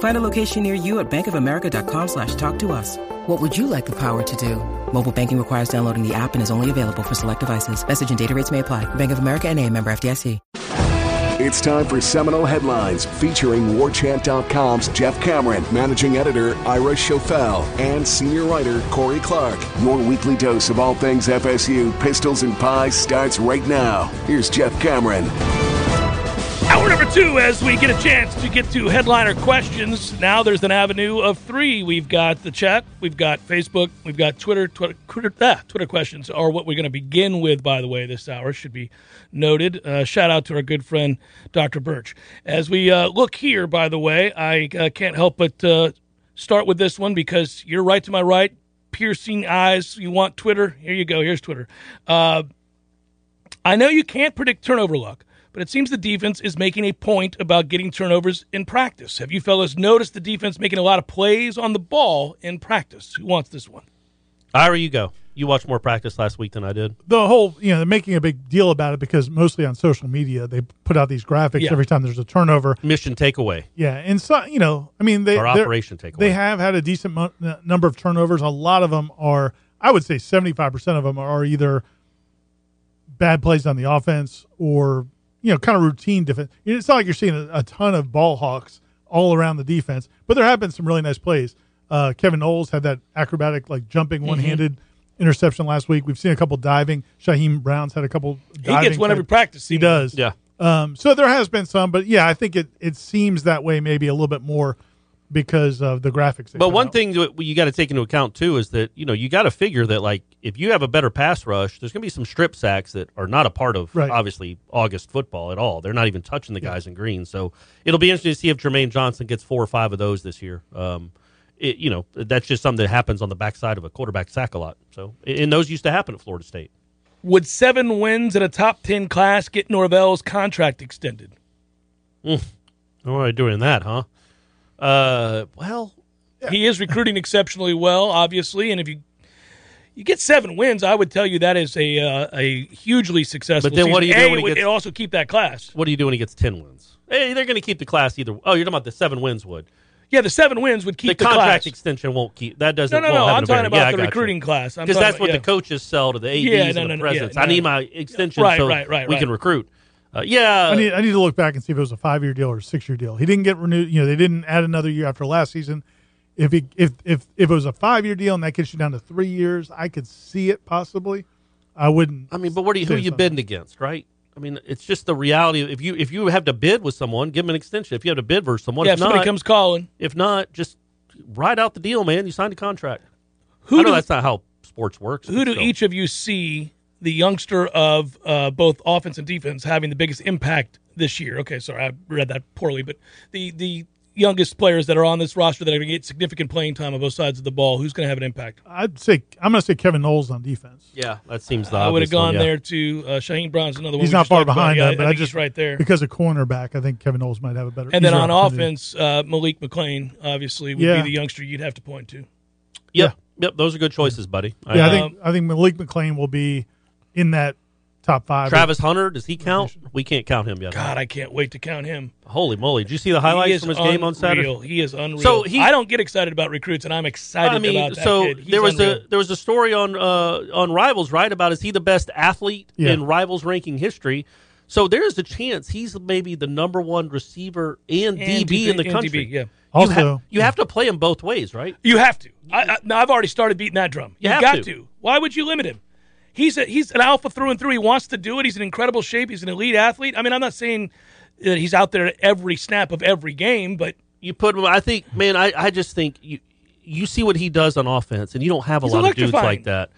Find a location near you at bankofamerica.com slash talk to us. What would you like the power to do? Mobile banking requires downloading the app and is only available for select devices. Message and data rates may apply. Bank of America and a member FDIC. It's time for Seminole Headlines featuring WarChant.com's Jeff Cameron, managing editor Ira Schofel, and senior writer Corey Clark. Your weekly dose of all things FSU, pistols, and pies starts right now. Here's Jeff Cameron. Hour number two, as we get a chance to get to headliner questions. Now there's an avenue of three. We've got the chat, we've got Facebook, we've got Twitter. Twitter, Twitter, ah, Twitter questions are what we're going to begin with, by the way, this hour should be noted. Uh, shout out to our good friend, Dr. Birch. As we uh, look here, by the way, I uh, can't help but uh, start with this one because you're right to my right, piercing eyes. You want Twitter? Here you go. Here's Twitter. Uh, I know you can't predict turnover luck, but it seems the defense is making a point about getting turnovers in practice. Have you fellas noticed the defense making a lot of plays on the ball in practice? Who wants this one? Ira, you go. You watched more practice last week than I did. the whole you know they're making a big deal about it because mostly on social media they put out these graphics Yeah. every time there's a turnover Mission takeaway. yeah and so you know i mean they Or they're- operation takeaway. they have had a decent mo- n- number of turnovers a lot of them are i would say 75% of them are either bad plays on the offense or you know kind of routine defense it's not like you're seeing a, a ton of ball hawks all around the defense but there have been some really nice plays uh, kevin knowles had that acrobatic like jumping Mm-hmm. one-handed interception last week we've seen a couple diving shaheem brown's had a couple He gets one every practice. he does. Yeah. Um, so there has been some, but yeah, I think it, it seems that way maybe a little bit more because of the graphics. they But put one out. thing that you got to take into account too is that you know you got to figure that like if you have a better pass rush, there's going to be some strip sacks that are not a part of Right. obviously August football at all. They're not even touching the guys in green. So it'll be interesting to see if Jermaine Johnson gets four or five of those this year. Um, it, you know that's just something that happens on the backside of a quarterback sack a lot. So and those used to happen at Florida State. Would seven wins in a top 10 class get Norvell's contract extended? All right, doing that, huh? Uh, well, He is recruiting exceptionally well, obviously, and if you you get seven wins, I would tell you that is a uh, a hugely successful. But then what do you season. do A, it when he would- gets- it'd also keep that class. what do you do when he gets ten wins? Hey, they're going to keep the class either. Oh, you're talking about the seven wins would. Yeah, the seven wins would keep the, the contract class. extension won't keep that doesn't. no, no, won't no. have I'm an talking effect. about Yeah, I the got you. recruiting class. I'm because talking that's about- what yeah. the coaches sell to the ADs Yeah, and no, the no, no, yeah, presidents. no, I need no. my extension Right, so right, right, we right. can recruit. Uh, yeah, I need, I need to look back and see if it was a five year deal or a six year deal. He didn't get renewed. You know, they didn't add another year after last season. If he, if if if it was a five year deal and that gets you down to three years, I could see it possibly. I wouldn't. I mean, but what do you who say you something. bidding against, right? I mean, it's just the reality. If you if you have to bid with someone, give them an extension. If you have to bid versus someone, yeah, if if not, somebody comes calling. if not, just write out the deal, man. You signed a contract. I Who know do that's not how sports works. who but do still. each of you see the youngster of uh, both offense and defense having the biggest impact this year? Okay, sorry, I read that poorly, but the the youngest players that are on this roster that are going to get significant playing time on both sides of the ball, who's going to have an impact? I'd say I'm going to say Kevin Knowles on defense Yeah, that seems. The I would have obvious one, gone yeah. there to uh, Shaheen Brown's another one. He's we not just far talked about. behind Yeah, that, I but I think he's just- right there. because of cornerback. I think Kevin Knowles might have a better. And then easier on opportunity. offense, uh, Malik McLean obviously would Yeah. be the youngster you'd have to point to. Yep, yep. Those are good choices, buddy. Yeah, I Uh, think I think Malik McLean will be in that top five. Travis Hunter. Does he count? We can't count him yet. God, I can't wait to count him. Holy moly! Did you see the He highlights is from his game on Saturday? unreal. He is unreal. So he- I don't get excited about recruits, and I'm excited I mean, about that so kid. He's there was unreal. a there was a story on uh, on Rivals, right? About is he the best athlete Yeah. in Rivals ranking history? So there is a chance he's maybe the number one receiver and, And DB in the and country. DB, yeah. You, Also- ha- you have to play him both ways, right? You have to. I, I, no, I've already started beating that drum. You You've have got to. to. Why would you limit him? He's a, he's an alpha through and through. He wants to do it. He's in incredible shape. He's an elite athlete. I mean, I'm not saying that he's out there every snap of every game, but You put him. I think, man. I, I just think you you see what he does on offense, and you don't have a He's lot of dudes electrifying. like that.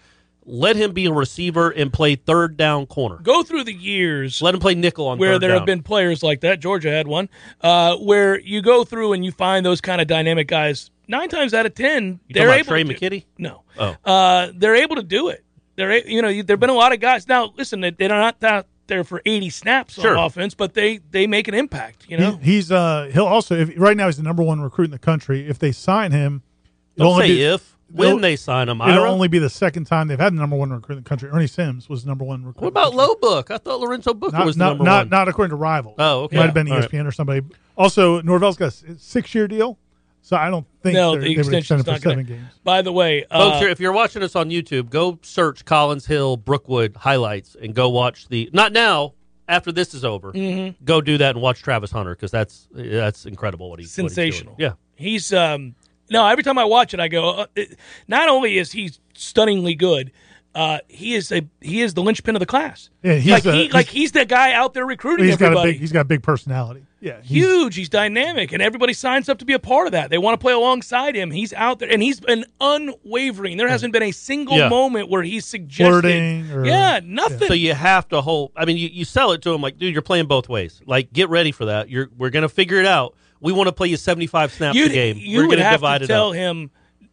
Let him be a receiver and play third down corner. go through the years Let him play nickel on where third there down. have been players like that. Georgia had one uh, where you go through and you find those kind of dynamic guys. Nine times out of ten, You they're talking able. about to Trey do- McKitty? No. Oh. Uh, they're able to do it. They're a- you know you- there've been a lot of guys. Now listen, they- they're not out there for eighty snaps Sure. on offense, but they they make an impact. You He- know. he's uh he'll also if, right now he's the number one recruit in the country. If they sign him, it'll Don't only say be- if it'll- when they sign him. It'll Ira. only be the second time they've had the number one recruit in the country. Ernie Sims was the number one recruit. what about Low Book? I thought Lorenzo Booker Not was the not number not, one. not according to Rivals. Oh, okay. It might have been E All right. ESPN or somebody. Also, Norvell's got a six year deal, so I don't think No, they're- the they would extend extension's it for not going seven to. games. By the way, Folks, uh, here, if you're watching us on YouTube, go search Collins Hill Brookwood highlights and go watch the. Not now. After this is over, Mm-hmm. go do that and watch Travis Hunter because that's that's incredible what he what he's doing. sensational. Yeah, He's um no, every time I watch it I go uh, it, not only is he stunningly good, uh he is a he is the linchpin of the class. Yeah, he's like a- he he's- like he's the guy out there recruiting He's got a everybody. big he's got a big personality. Yeah, he's- huge, he's dynamic and everybody signs up to be a part of that. They want to play alongside him. He's out there and he's been unwavering. There hasn't been a single Yeah. moment where he's suggested Flirting or- Yeah, nothing. So you have to hold. I mean, you, you sell it to them like, dude, you're playing both ways. Like, get ready for that. You're we're gonna figure it out. We want to play you 75 snaps You'd- a game. you we're would gonna have divide to it tell up. him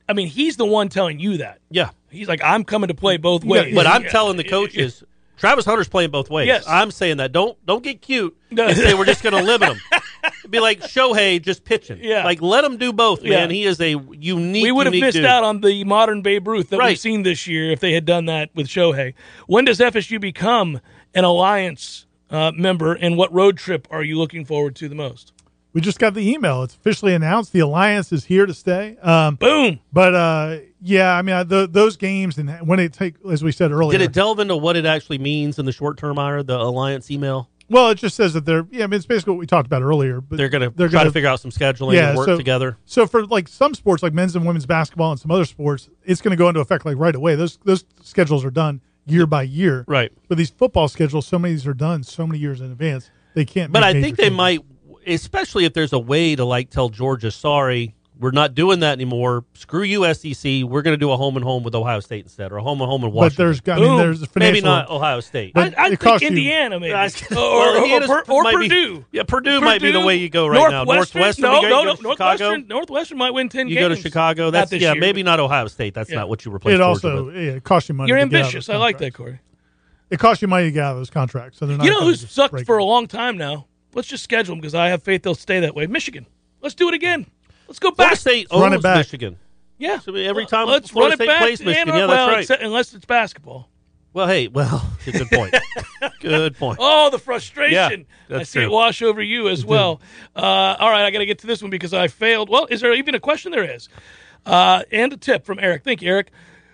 I mean, he's the one telling you that. Yeah, He's like, I'm coming to play both got- ways. but I'm Yeah. telling the coaches, Travis Hunter's playing both ways. Yes. I'm saying that. Don't don't get cute No. and say we're just gonna limit him. Be like Shohei just pitching. Yeah. like let him do both, Yeah. man. He is a unique. we would have unique missed dude. out on the modern Babe Ruth that we've Right. seen this year if they had done that with Shohei. When does FSU become an alliance uh, member, and what road trip are you looking forward to the most? we just got the email. It's officially announced. The alliance is here to stay. Um, Boom! but uh, yeah, I mean I, the, those games and when it take as we said earlier. Did it delve into what it actually means in the short term, Ira? The alliance email. well, it just says that they're yeah. I mean it's basically what we talked about earlier. But They're gonna they're try gonna to figure out some scheduling and work so, together. So for like some sports, like men's and women's basketball and some other sports, it's going to go into effect like right away. Those those schedules are done year by year. Right. But these football schedules, so many of these are done so many years in advance, they can't. But make I major think they changes. might, especially if there's a way to like tell Georgia, sorry, we're not doing that anymore. Screw you, SEC. We're going to do a home and home with Ohio State instead, or a home and home with But Washington. there's, I mean, Boom. there's financial. maybe not Ohio State. But I, I it think costs you- Indiana, maybe, I- or, well, or- Indiana's or, or might be- Purdue. yeah, Purdue might be the way you go right now. Northwestern, Northwestern, no, no, you go no, to Northwestern, Chicago? Northwestern might win ten you games. go to Chicago. Not That's this yeah, year, maybe but not Ohio State. That's Yeah. not what you replace. It Georgia also with. yeah, it costs you money. You're to get out of ambitious. those I like that, contracts. Corey. It costs you money to get out of those contracts. So they're not You know gonna who's just sucked break for it. a long time now? Let's just schedule them because I have faith they'll stay that way. Michigan, let's do it again. Let's go back. Florida State Run it owns back. Michigan. Yeah. So every Well, time Florida State plays to Michigan, Ann Arbor. yeah, that's Well, right. except- unless it's basketball. Well, hey, well, good point. good point. Oh, the frustration. Yeah, that's I see it true. wash over you as well. Uh, all right, I got to get to this one because I failed. Well, is there even a question? There is. Uh, and a tip from Eric. Thank you, Eric.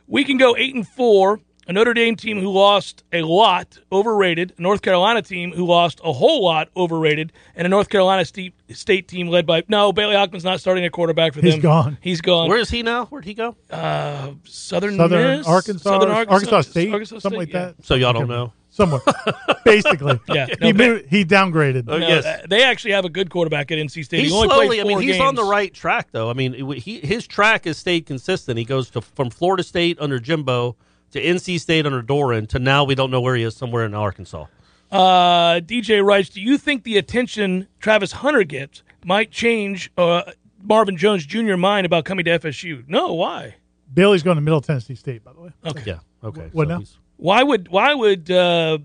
We can go eight and four. A Notre Dame team who lost a lot, overrated. A North Carolina team who lost a whole lot, overrated. And a North Carolina State, State team led by no Bailey Hockman's not starting a quarterback for He's them. gone. He's gone. Where is he now? Where'd he go? Southern, Southern Miss? Arkansas, Southern Arkansas, State, Arkansas something like State, yeah. that. So y'all don't know. Somewhere, basically. Yeah, no, he but- moved, he downgraded. Oh, No, yes. uh, they actually have a good quarterback at NC State. He's he only slowly. played I mean, four he's on the games. right track though. I mean, it- he his track has stayed consistent. He goes to from Florida State under Jimbo to NC State under Doran to now we don't know where he is somewhere in Arkansas. Uh, DJ writes, do you think the attention Travis Hunter gets might change uh, Marvin Jones Jr. mind about coming to FSU? No, why? Bailey's going to Middle Tennessee State, by the way. Yeah. Okay. What now? he's- Why would why would uh,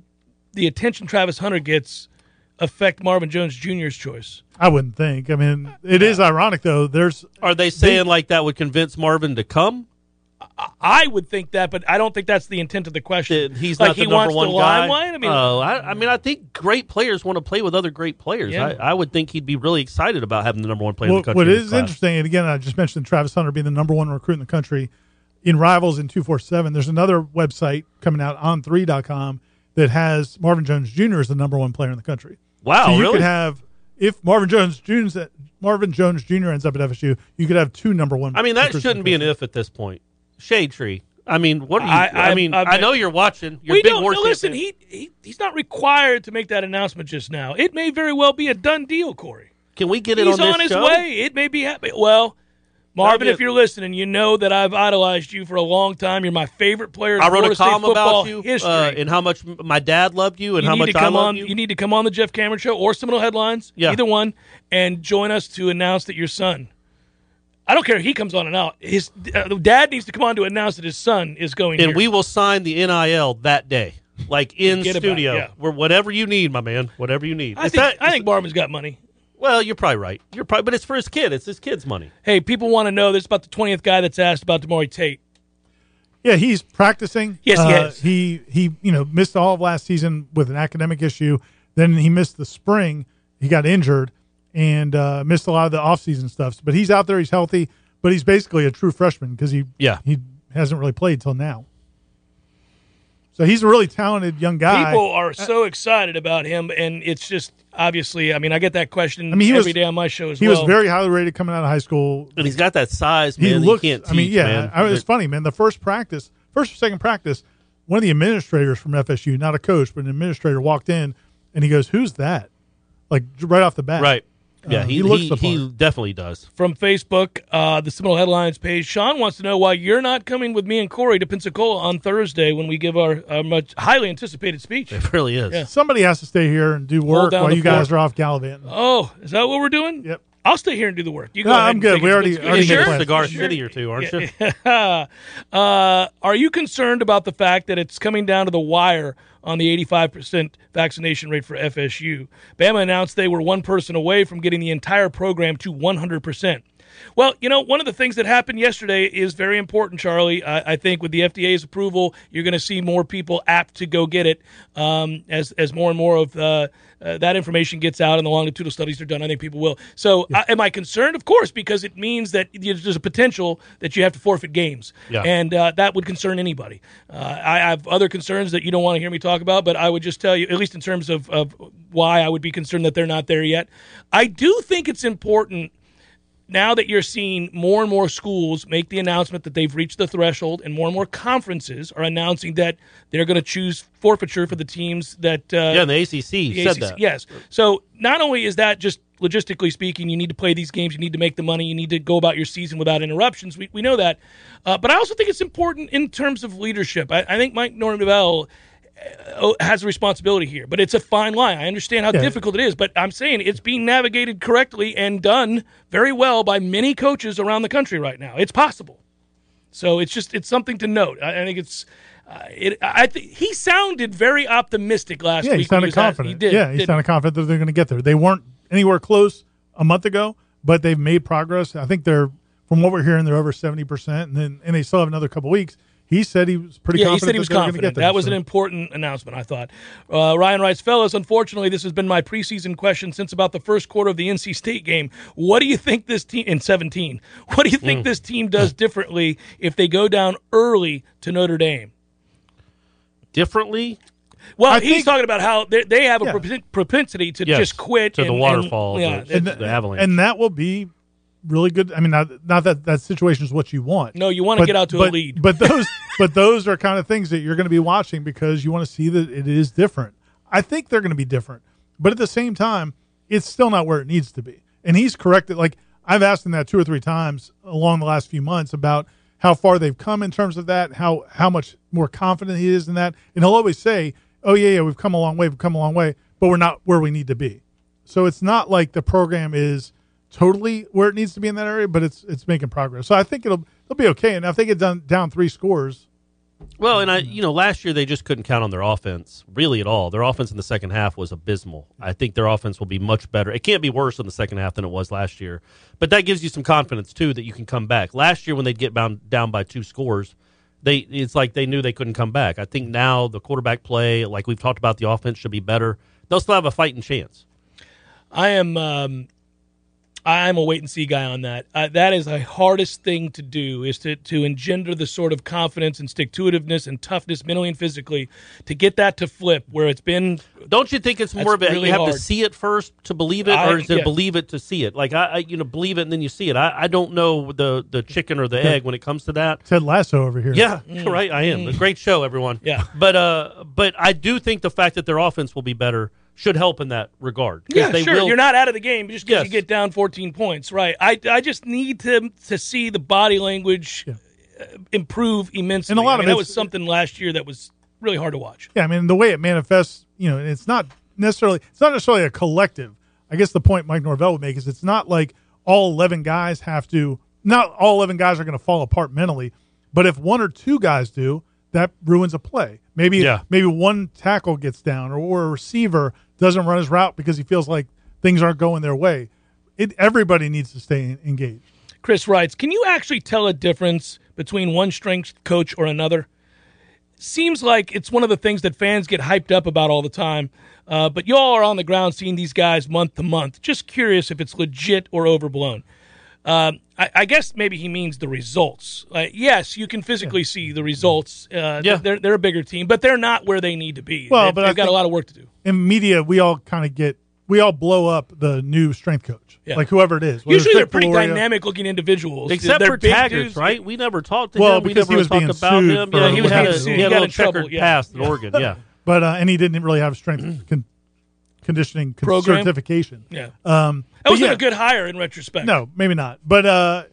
the attention Travis Hunter gets affect Marvin Jones Jr.'s choice? I wouldn't think. I mean, it is ironic though. There's Are they saying like that would convince Marvin to come? I would think that, but I don't think that's the intent of the question. That he's like not the he number wants one the guy. limelight. I mean, Oh, I, I mean, I think great players want to play with other great players. Yeah. I, I would think he'd be really excited about having the number one player in what, the country. what in his is class. interesting, and again, I just mentioned Travis Hunter being the number one recruit in the country in rivals in 247. There's another website coming out on 3.com that has Marvin Jones Jr. as the number one player in the country. Wow, So you Oh, really? could have, if Marvin Jones Jr. at- Marvin Jones Jr. ends up at FSU, you could have two number one. I mean, that recruits in shouldn't the be an country. if at this point. Shade tree. I mean, what are you? I- I, I- mean, I- I, know you're watching. You're we a big don't War no, listen. champion. He, he he's not required to make that announcement just now. It may very well be a done deal, Corey. Can we get it He's on this on his show? way. It may be happening. Well, Marvin, be a- if you're listening, you know that I've idolized you for a long time. You're my favorite player. In I wrote Florida a column State football about you History. uh, and how much m- my dad loved you and you how need much to come I love on. you. need to come on the Jeff Cameron Show or Seminole Headlines, Yeah. either one, and join us to announce that your son. I don't care if he comes on and out. His uh, dad needs to come on to announce that his son is going. and here. we will sign the NIL that day, like in Forget about it, studio. yeah. Where whatever you need, my man, whatever you need. I Is think that- I is- think Barman's got money. well, you're probably right. You're probably, but it's for his kid. It's his kid's money. Hey, people want to know. This is about the twentieth guy that's asked about Demari Tate. Yeah, he's practicing. Yes, he Uh, is. He he, you know, missed all of last season with an academic issue. Then he missed the spring. He got injured and uh, missed a lot of the offseason stuff. But he's out there. He's healthy. But he's basically a true freshman because he Yeah. he hasn't really played till now. So he's a really talented young guy. People are so excited about him, and it's just obviously. I mean, I get that question I mean, he every was- day on my show as he well. was very highly rated coming out of high school. And he's got that size, man. he that looks. you can't teach, I mean, yeah, man. I, it's They're- funny, man. The first practice, first or second practice, one of the administrators from FSU, not a coach, but an administrator, walked in and he goes, "Who's that?" Like right off the bat, right. Yeah, Uh, he, he looks he, the he part. definitely does. from Facebook, uh, the Seminole Headlines page. Sean wants to know why you're not coming with me and Corey to Pensacola on Thursday when we give our, our much highly anticipated speech. It really is. Yeah. Somebody has to stay here and do work down while the you guys are off gallivanting. Oh, is that what we're doing? Yep. I'll stay here and do the work. You go No, ahead I'm and good. take We it. already- You already You're made a plans. cigar city or two, aren't you? uh, are you concerned about the fact that it's coming down to the wire on the 85% vaccination rate for FSU? Bama announced they were one person away from getting the entire program to 100%. Well, you know, one of the things that happened yesterday is very important, Charlie. I, I think with the FDA's approval, you're going to see more people apt to go get it um, as as more and more of uh, uh, that information gets out and the longitudinal studies are done. I think people will. So, I, am I concerned? Of course, because it means that you- there's a potential that you have to forfeit games, Yeah. and uh, that would concern anybody. Uh, I have other concerns that you don't want to hear me talk about, but I would just tell you, at least in terms of, of why I would be concerned that they're not there yet. I do think it's important now that you're seeing more and more schools make the announcement that they've reached the threshold, and more and more conferences are announcing that they're going to choose forfeiture for the teams that uh, Yeah, and the ACC the said ACC that. Yes. So not only is that just logistically speaking, you need to play these games, you need to make the money, you need to go about your season without interruptions. We, we know that. Uh, but I also think it's important in terms of leadership. I, I think Mike Norvell uh, has a responsibility here, but it's a fine line. I understand how Yeah. difficult it is, but I'm saying it's being navigated correctly and done very well by many coaches around the country right now. It's possible. So it's just it's something to note. I, I think it's. Uh, it, I think he sounded very optimistic last Yeah, week. he when sounded was at- confident. he did. yeah, he didn't sounded confident that they're going to get there. They weren't anywhere close a month ago, but they've made progress. I think they're, from what we're hearing, they're over seventy percent, and then and they still have another couple weeks. He said he was pretty. yeah, he confident said he was that they were gonna confident. Get there, That was so. an important announcement, I thought. Uh, Ryan writes, fellas, unfortunately, this has been my preseason question since about the first quarter of the NC State game. What do you think this team in 17? What do you Mm. think this team does differently if they go down early to Notre Dame? Differently, Well, I he's think- talking about how they, they have a Yeah. propen- propensity to Yes, just quit to the and- and- waterfall, yeah, the- and- the avalanche. and that will be really good. I mean, not, not that that situation is what you want. No, you wanna But- get out to a but- lead. But those, but those are kind of things that you're going to be watching because you want to see that it is different. I think they're going to be different, but at the same time, it's still not where it needs to be. And he's correct that like I've asked him that two or three times along the last few months about how far they've come in terms of that, how how much more confident he is in that, and he'll always say, "Oh yeah, yeah, we've come a long way, we've come a long way, but we're not where we need to be." So it's not like the program is totally where it needs to be in that area, but it's it's making progress. So I think it'll it'll be okay. And if they get done down three scores, Well, and I, you know, last year they just couldn't count on their offense really at all. Their offense in the second half was abysmal. I think their offense will be much better. It can't be worse in the second half than it was last year, but that gives you some confidence too that you can come back. Last year when they'd get bound, down by two scores, they it's like they knew they couldn't come back. I think now the quarterback play, like we've talked about, the offense should be better. They'll still have a fighting chance. I am um, I'm a wait and see guy on that. Uh, that is the hardest thing to do is to to engender the sort of confidence and stick to itiveness and toughness mentally and physically to get that to flip where it's been. Don't you think it's more of That's a really you have to hard. see it first to believe it, I- or is it yeah. believe it to see it? Like I, I, you know, believe it and then you see it. I, I don't know the the chicken or the egg when it comes to that. Ted Lasso over here. Yeah, right. I am. A great show, everyone. Mm. Yeah. but uh, but I do think the fact that their offense will be better should help in that regard. 'Cause Yeah, they sure. will- You're not out of the game just because Yes. you get down 14 points, right? I, I just need to to see the body language uh, improve immensely. And a lot I of mean, that it's- was something last year that was really hard to watch. Yeah, I mean the way it manifests, you know, it's not necessarily it's not necessarily a collective. I guess the point Mike Norvell would make is it's not like all eleven guys have to. Not all eleven guys are going to fall apart mentally, but if one or two guys do, that ruins a play. Maybe Yeah. maybe one tackle gets down or, or a receiver doesn't run his route because he feels like things aren't going their way. It, everybody needs to stay en- engaged. Chris writes, "Can you actually tell a difference between one strength coach or another?" Seems like it's one of the things that fans get hyped up about all the time. Uh, but y'all are on the ground seeing these guys month to month. Just curious if it's legit or overblown. Um, I, I guess maybe he means the results. Like, yes, you can physically see the results. Uh, Yeah. they're they're a bigger team, but they're not where they need to be. Well, They've- but I they've got a think- lot of work to do. In media, we all kind of get we all blow up the new strength coach, Yeah. like whoever it is. whether it's Usually, they're Dick pretty Florio- dynamic-looking individuals, Except They're for big Taggart, dudes. right? We never talked to Well, him. We because never he was talked being about sued him. for- Yeah, he, He was was had being a, sued. he had He a got little in trouble, checkered yeah. past in Oregon. Yeah, but uh, and he didn't really have strength con- conditioning con- Mm. Program? certification. Yeah, Um, that but wasn't yeah, a good hire in retrospect. No, maybe not. But uh,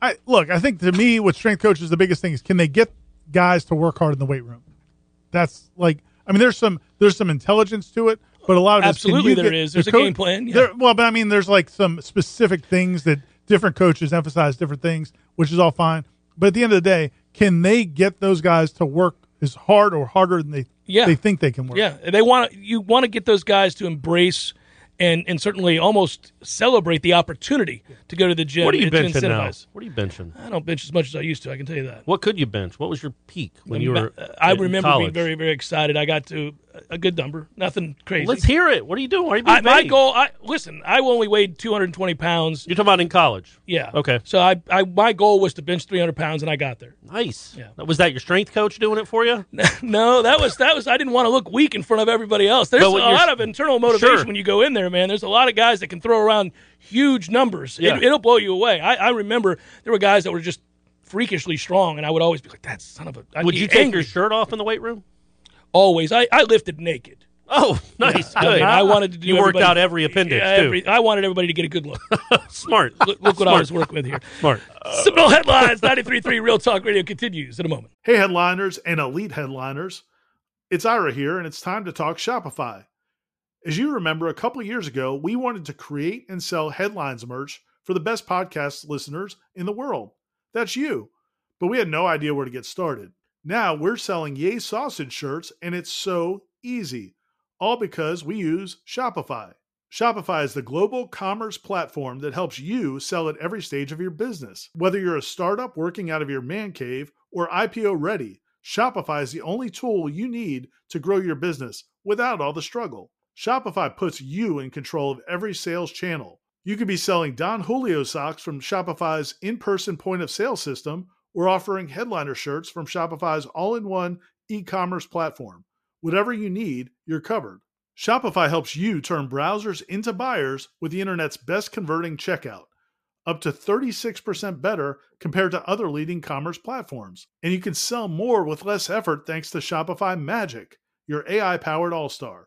I look. I think to me, with strength coaches, the biggest thing is can they get guys to work hard in the weight room? That's like, I mean, there's some there's some intelligence to it, but a lot of it is, can Absolutely you there get is. the There's a coach- game plan, yeah. there- well, but I mean, there's like some specific things that different coaches emphasize different things, which is all fine. But at the end of the day, can they get those guys to work as hard or harder than they Yeah. they think they can work? Yeah, they want you want to get those guys to embrace and and certainly almost celebrate the opportunity to go to the gym. what are you and to benching now? incentivize. What are you benching? I don't bench as much as I used to. I can tell you that. uh, What could you bench? What was your peak when you were? I in remember being college? very very excited. I got to a good number, nothing crazy. Let's hear it. What are you doing? Why Are you being I, my vague? goal. I listen. I only weighed 220 pounds. You're talking about in college. Yeah. Okay. So I, I my goal was to bench 300 pounds, and I got there. Nice. Yeah. Was that your strength coach doing it for you? no, that was that was. I didn't want to look weak in front of everybody else. There's a But when you're- lot of internal motivation Sure. when you go in there, man. There's a lot of guys that can throw around huge numbers. Yeah. It, it'll blow you away. I, I remember there were guys that were just freakishly strong, and I would always be like, "That son of a." I'd Would be you take angry. your shirt off in the weight room? Always. I, I lifted naked. Oh, nice. I, Good. Uh-huh. mean, I wanted to do. You worked everybody- out every appendix Yeah, every- too. I wanted everybody to get a good look. Smart. look, look what I was working with here. Smart. Seminole headlines. 93.3 Real Talk Radio continues in a moment. Hey, headliners and elite headliners. It's Ira here, and it's time to talk Shopify. As you remember, a couple years ago, we wanted to create and sell headlines merch for the best podcast listeners in the world. That's you. But we had no idea where to get started. Now we're selling Yay Sausage shirts, and it's so easy, all because we use Shopify. Shopify is the global commerce platform that helps you sell at every stage of your business. Whether you're a startup working out of your man cave or IPO ready, Shopify is the only tool you need to grow your business without all the struggle. Shopify puts you in control of every sales channel. You could be selling Don Julio socks from Shopify's in person point of sale system or offering headliner shirts from Shopify's all in one e commerce platform. Whatever you need, you're covered. Shopify helps you turn browsers into buyers with the internet's best converting checkout, up to 36% better compared to other leading commerce platforms. And you can sell more with less effort thanks to Shopify Magic, your AI powered all star.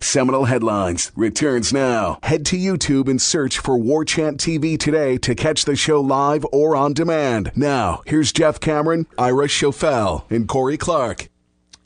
Seminal Headlines returns now. Head to YouTube and search for War Chant TV today to catch the show live or on demand. Now, here's Jeff Cameron, Ira Schofel, and Corey Clark.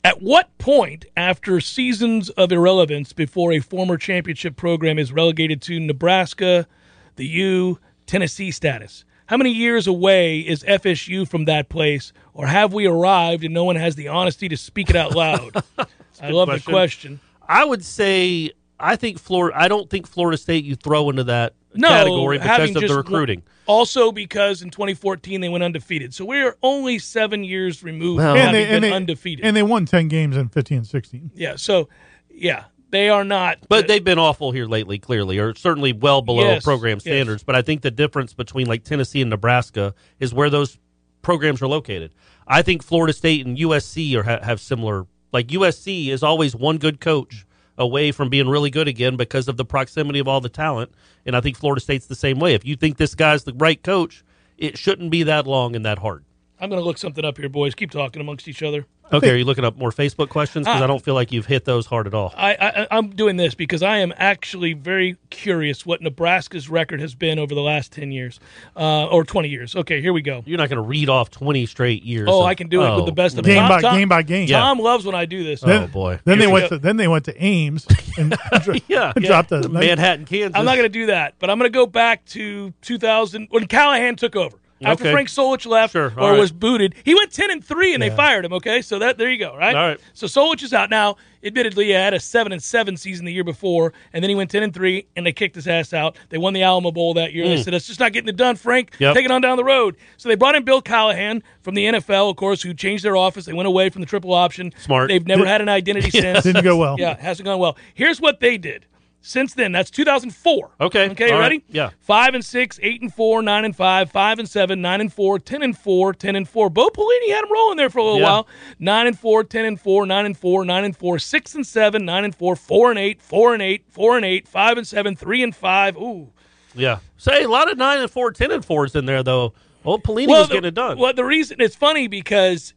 At what point, after seasons of irrelevance, before a former championship program is relegated to Nebraska, the U, Tennessee status. How many years away is FSU from that place, or have we arrived and no one has the honesty to speak it out loud? I love the question. question. I would say I think Florida. I don't think Florida State you throw into that category because having of the just- recruiting. Also, because in 2014 they went undefeated, so we are only seven years removed Well- from And having been undefeated. and they won 10 games in 15 and 16. yeah, so yeah, they are not. But they've been awful here lately, clearly, or certainly well below Yes, program yes. standards. But I think the difference between like Tennessee and Nebraska is where those programs are located. I think Florida State and USC are ha- have similar. Like USC is always one good coach away from being really good again because of the proximity of all the talent, and I think Florida State's the same way. If you think this guy's the right coach, it shouldn't be that long and that hard. I'm going to look something up here, boys. Keep talking amongst each other. Okay, are you looking up more Facebook questions? Ah. Because I don't feel like you've hit those hard at all. I, I I'm doing this because I am actually very curious what Nebraska's record has been over the last 10 years uh, or 20 years. Okay, here we go. You're not going to read off 20 straight years. Oh, of- I can do it with the Oh, best of Game Tom- by Tom- game by game. Tom loves when I do this. Oh boy. Then Here they we went. go. To, then they went to Ames and Yeah. dropped a Manhattan, Kansas. I'm not going to do that, but I'm going to go back to 2000 when Callahan took over. After Okay. Frank Solich left Sure, all or right. was booted, he went 10 and 3 and they fired him, okay? So that there you go, right? All right. So Solich is out now. Admittedly, he had a 7 and 7 season the year before, and then he went 10 and 3 and they kicked his ass out. They won the Alamo Bowl that year. They said, "That's just not getting it done, Frank. Mm. Yep. Take it on down the road." So they brought in Bill Callahan from the NFL, of course, who changed their office. They went away from the triple option. Smart. They've never had an identity since. didn't go well. Yeah, it hasn't gone well. Here's what they did since then. That's 2004. Okay, Okay, all right, ready? yeah. Five and six, eight and four, nine and five, five and seven, nine and four, ten and four, ten and four. Bo Pelini had him rolling there for a little Yeah. while. Nine and four, ten and four, nine and four, nine and four, six and seven, nine and four, four and eight, four and eight, four and eight, five and seven, three and five. Ooh. Yeah. Say a lot of nine and four, ten and fours in there though. Old Pelini was the, getting it done. Well, the reason it's funny because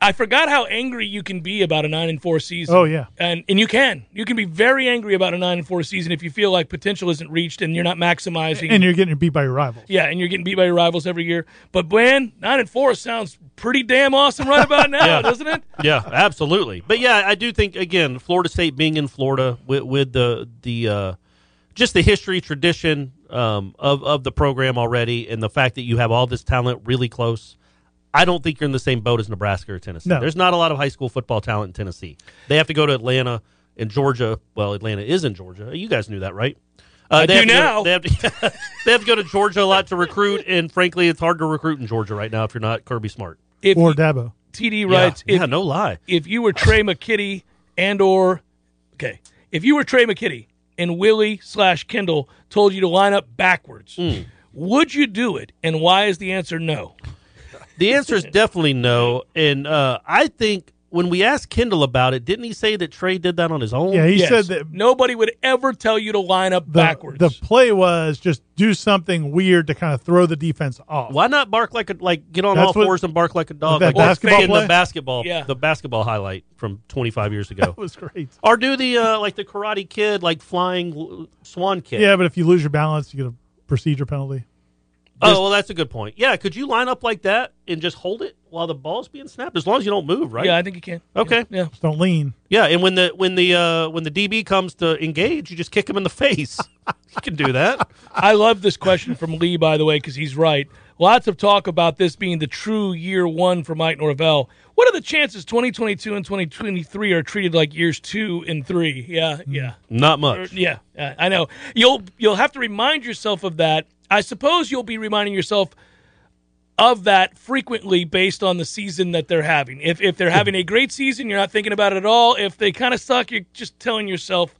I forgot how angry you can be about a nine and four season. Oh, yeah. and and you can you can be very angry about a nine and four season if you feel like potential isn't reached and you're not maximizing. and you're getting beat by your rivals. yeah, and you're getting beat by your rivals every year. But man, nine and four sounds pretty damn awesome right about now, Yeah. doesn't it? yeah, absolutely. But yeah, I do think again, Florida State being in Florida with, with the the uh, just the history tradition um, of of the program already, and the fact that you have all this talent really close. I don't think you're in the same boat as Nebraska or Tennessee. No. There's not a lot of high school football talent in Tennessee. They have to go to Atlanta and Georgia. Well, Atlanta is in Georgia. You guys knew that, right? Uh, I they do have to go- now. they, have to, they have to go to Georgia a lot to recruit, and frankly, it's hard to recruit in Georgia right now if you're not Kirby Smart. If Or Dabo. TD writes, yeah, if yeah no lie. if you were Trey McKitty and or okay, if you were Trey McKitty and Willie slash Kendall told you to line up backwards, would you do it? And why is the answer no? The answer is definitely no. And uh, I think when we asked Kendall about it, didn't he say that Trey did that on his own? Yeah, he Yes. said that the, nobody would ever tell you to line up backwards. the play was just do something weird to kind of throw the defense off. Why not bark like a like get on all That's what- fours and bark like a dog? that Like basketball in play? the basketball, Yeah. the basketball highlight from 25 years ago, That was great. or do the uh, like the Karate Kid like flying l- swan kick? Yeah, but if you lose your balance, you get a procedure penalty. Oh well, that's a good point. Yeah, could you line up like that and just hold it while the ball's being snapped? As long as you don't move, right? yeah, I think you can. Okay. Yeah. Just don't lean. Yeah, and when the when the uh, when the DB comes to engage, you just kick him in the face. you can do that. I love this question from Lee, by the way, because he's right. Lots of talk about this being the true year one for Mike Norvell. What are the chances 2022 and 2023 are treated like years two and three? Yeah, yeah. Not Er, much. Yeah, uh, I know. You'll you'll have to remind yourself of that. I suppose you'll be reminding yourself of that frequently based on the season that they're having. If if they're having a great season, you're not thinking about it at all. If they kind of suck, you're just telling yourself,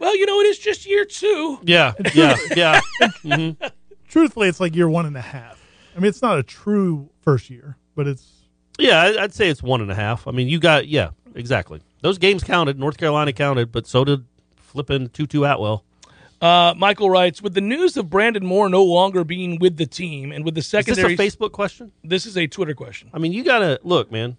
"Well, you know, it is just year two. Yeah, yeah, yeah. Mhm. Truthfully, it's like year one and a half. I mean, it's not a true first year, but it's Yeah, I- I'd say it's one and a half. I mean, you got yeah, exactly. Those games counted. North Carolina counted, but so did flipping Tutu Atwell. Uh, Michael writes, with the news of Brandon Moore no longer being with the team and with the Is this a secondary, Facebook question? this is a Twitter question. I mean, you gotta look, man.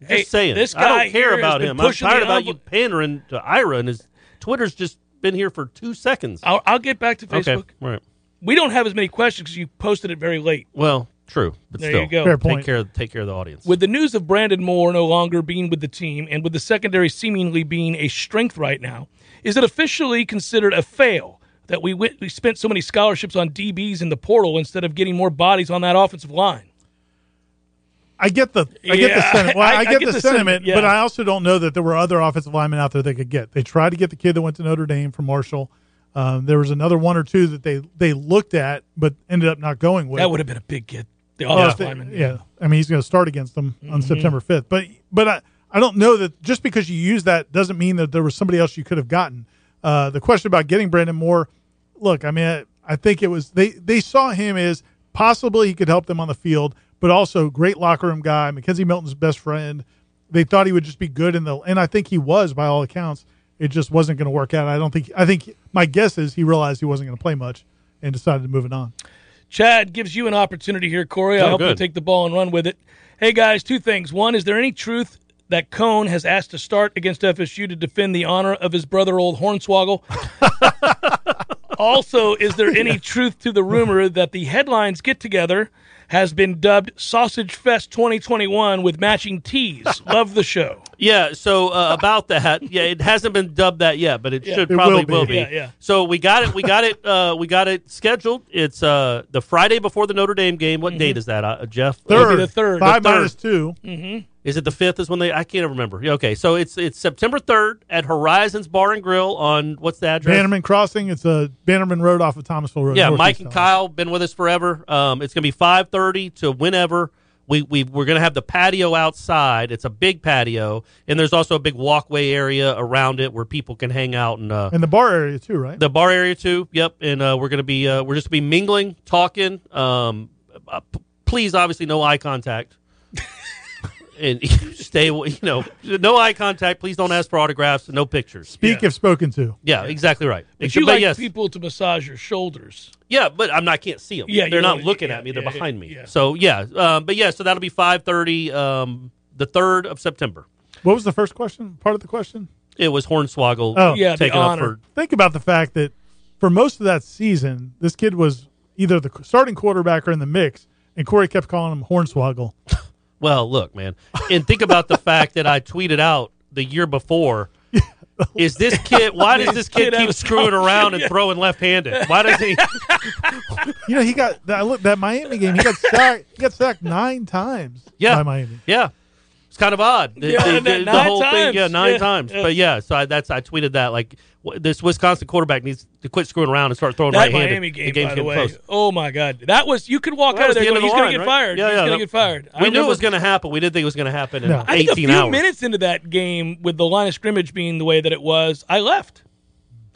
Just Hey, saying, this I guy don't care here has about been him. I'm pushing the tired about envelope. you pandering to Ira, and his Twitter's just been here for two seconds. I'll, I'll get back to Facebook. Okay, all right. We don't have as many questions because you posted it very late. Well, true, but There still, you go. Fair take point. care, take care of the audience. With the news of Brandon Moore no longer being with the team and with the secondary seemingly being a strength right now, is it officially considered a fail that we went, we spent so many scholarships on DBs in the portal instead of getting more bodies on that offensive line. I get the I get the Yeah, sentiment. Well, I, I get, the, sentiment, yeah. but I also don't know that there were other offensive linemen out there they could get. They tried to get the kid that went to Notre Dame from Marshall. Um, there was another one or two that they they looked at, but ended up not going with. That would have been a big get. The Oh, offensive they- lineman. yeah. I mean, he's going to start against them Mm-hmm. on September 5th. But but I, I don't know that just because you use that doesn't mean that there was somebody else you could have gotten. Uh, the question about getting Brandon Moore, look, I mean, I, I think it was they they saw him as possibly he could help them on the field, but also great locker room guy, Mackenzie Milton's best friend. They thought he would just be good in the, and I think he was by all accounts. It just wasn't going to work out. I don't think. I think my guess is he realized he wasn't going to play much and decided to move it on. Chad gives you an opportunity here, Corey. I Oh, hope you good. take the ball and run with it. Hey, guys, two things. One, is there any truth that Cohn has asked to start against FSU to defend the honor of his brother, old Hornswoggle? also, is there any truth to the rumor that the headlines get together has been dubbed Sausage Fest 2021 with matching tees? Love the show. Yeah, so uh, about that, yeah, it hasn't been dubbed that yet, but it should It probably will be. will be. Yeah, yeah. So we got it, we got it, uh, we got it scheduled. It's uh, the Friday before the Notre Dame game. What date is that, uh, Jeff? It'll be the third. five The third. minus two. Is it the fifth? Is when they? I can't remember. Yeah, Okay, so it's it's September third at Horizons Bar and Grill on what's the address? Bannerman Crossing. It's a Bannerman Road off of Thomasville Road. Yeah, Northeast Mike and Dallas. Kyle been with us forever. Um, it's gonna be five thirty to whenever. We, we, we're going to have the patio outside. It's a big patio, and there's also a big walkway area around it where people can hang out and uh, And the bar area too, right? the bar area too. Yep, and uh, we're gonna be uh, we're just gonna be mingling, talking. Um, uh, p- please, obviously, no eye contact, and stay. You know, no eye contact. Please don't ask for autographs. No pictures. Speak if spoken to. Yeah, exactly right. But Ex- you but like yes, people to massage your shoulders. yeah, but I'm not. I can't see them. Yeah, you they're not don't- looking yeah, at me. They're yeah, behind yeah, me. yeah. So yeah, um, but yeah, so that'll be five thirty, um, the third of September. What was the first question? Part of the question. It was Hornswoggle Oh. Yeah, the taking up honor. for Think about the fact that for most of that season, this kid was either the starting quarterback or in the mix, and Corey kept calling him Hornswoggle. Well, look, man, and think about the fact that I tweeted out the year before. Is this kid? Why does this kid Kid out keep of screwing around and throwing left-handed? Why does he? You know, he got that. Look, that Miami game, he got sacked. He got sacked nine times Yeah. by Miami. Yeah, it's kind of odd. The, Yeah, the- and that the- the nine whole times. thing, yeah, nine Yeah, times. yeah. But yeah, so I, that's I tweeted that like w- this Wisconsin quarterback needs to quit screwing around and start throwing That right-handed. Miami game, game's by the getting way. close. Oh my God, that was you could walk That out was of there. the end Going, of the he's line, going to get right? fired. Yeah, he's yeah, going to that- get fired. I We knew it remember- was going to happen. We didn't think it was going to happen in No. I think a 18 few hours. minutes into that game, with the line of scrimmage being the way that it was, I left.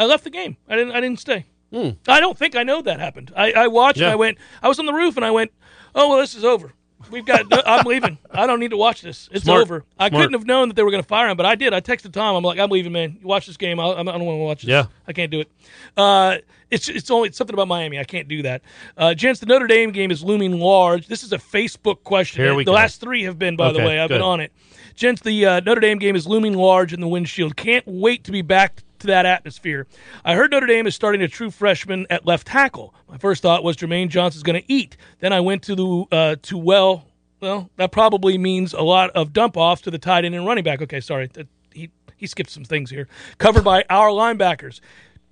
I left the game. I didn't. I didn't stay. I don't think I know that happened. I, I watched. Hmm. Yeah. and I went. I was on the roof, and I went. Oh well, this is over. We've got. I'm leaving. I don't need to watch this. It's Smart. over. I Smart. couldn't have known that they were going to fire him, but I did. I texted Tom. I'm like, I'm leaving, man. You watch this game. I'll, I'm- I don't want to watch this. Yeah. I can't do it. Uh, it's it's only it's something about Miami. I can't do that. Uh, gents, the Notre Dame game is looming large. This is a Facebook question. Here we the go. last three have been, by the Okay, way. I've been good. on it. Gents, the uh, Notre Dame game is looming large in the windshield. Can't wait to be back to that atmosphere. I heard Notre Dame is starting a true freshman at left tackle. My first thought was Jermaine Johnson's going to eat. Then I went to the uh, to well. Well, that probably means a lot of dump offs to the tight end and running back. Okay, sorry, that, he he skipped some things here. Covered by our linebackers.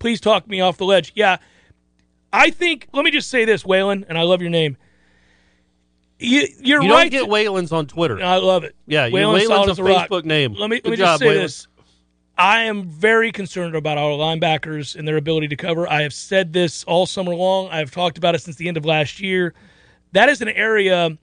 Please talk me off the ledge. Yeah, I think. Let me just say this, Waylon, and I love your name. You, you're You don't right. Uh, get Waylon's on Twitter. I love it. Yeah, you- Waylon Waylon's solid a as rock. Facebook name. Let me let Good me job, just say Waylon. this. I am very concerned about our linebackers and their ability to cover. I have said this all summer long. I have talked about it since the end of last year. That is an area.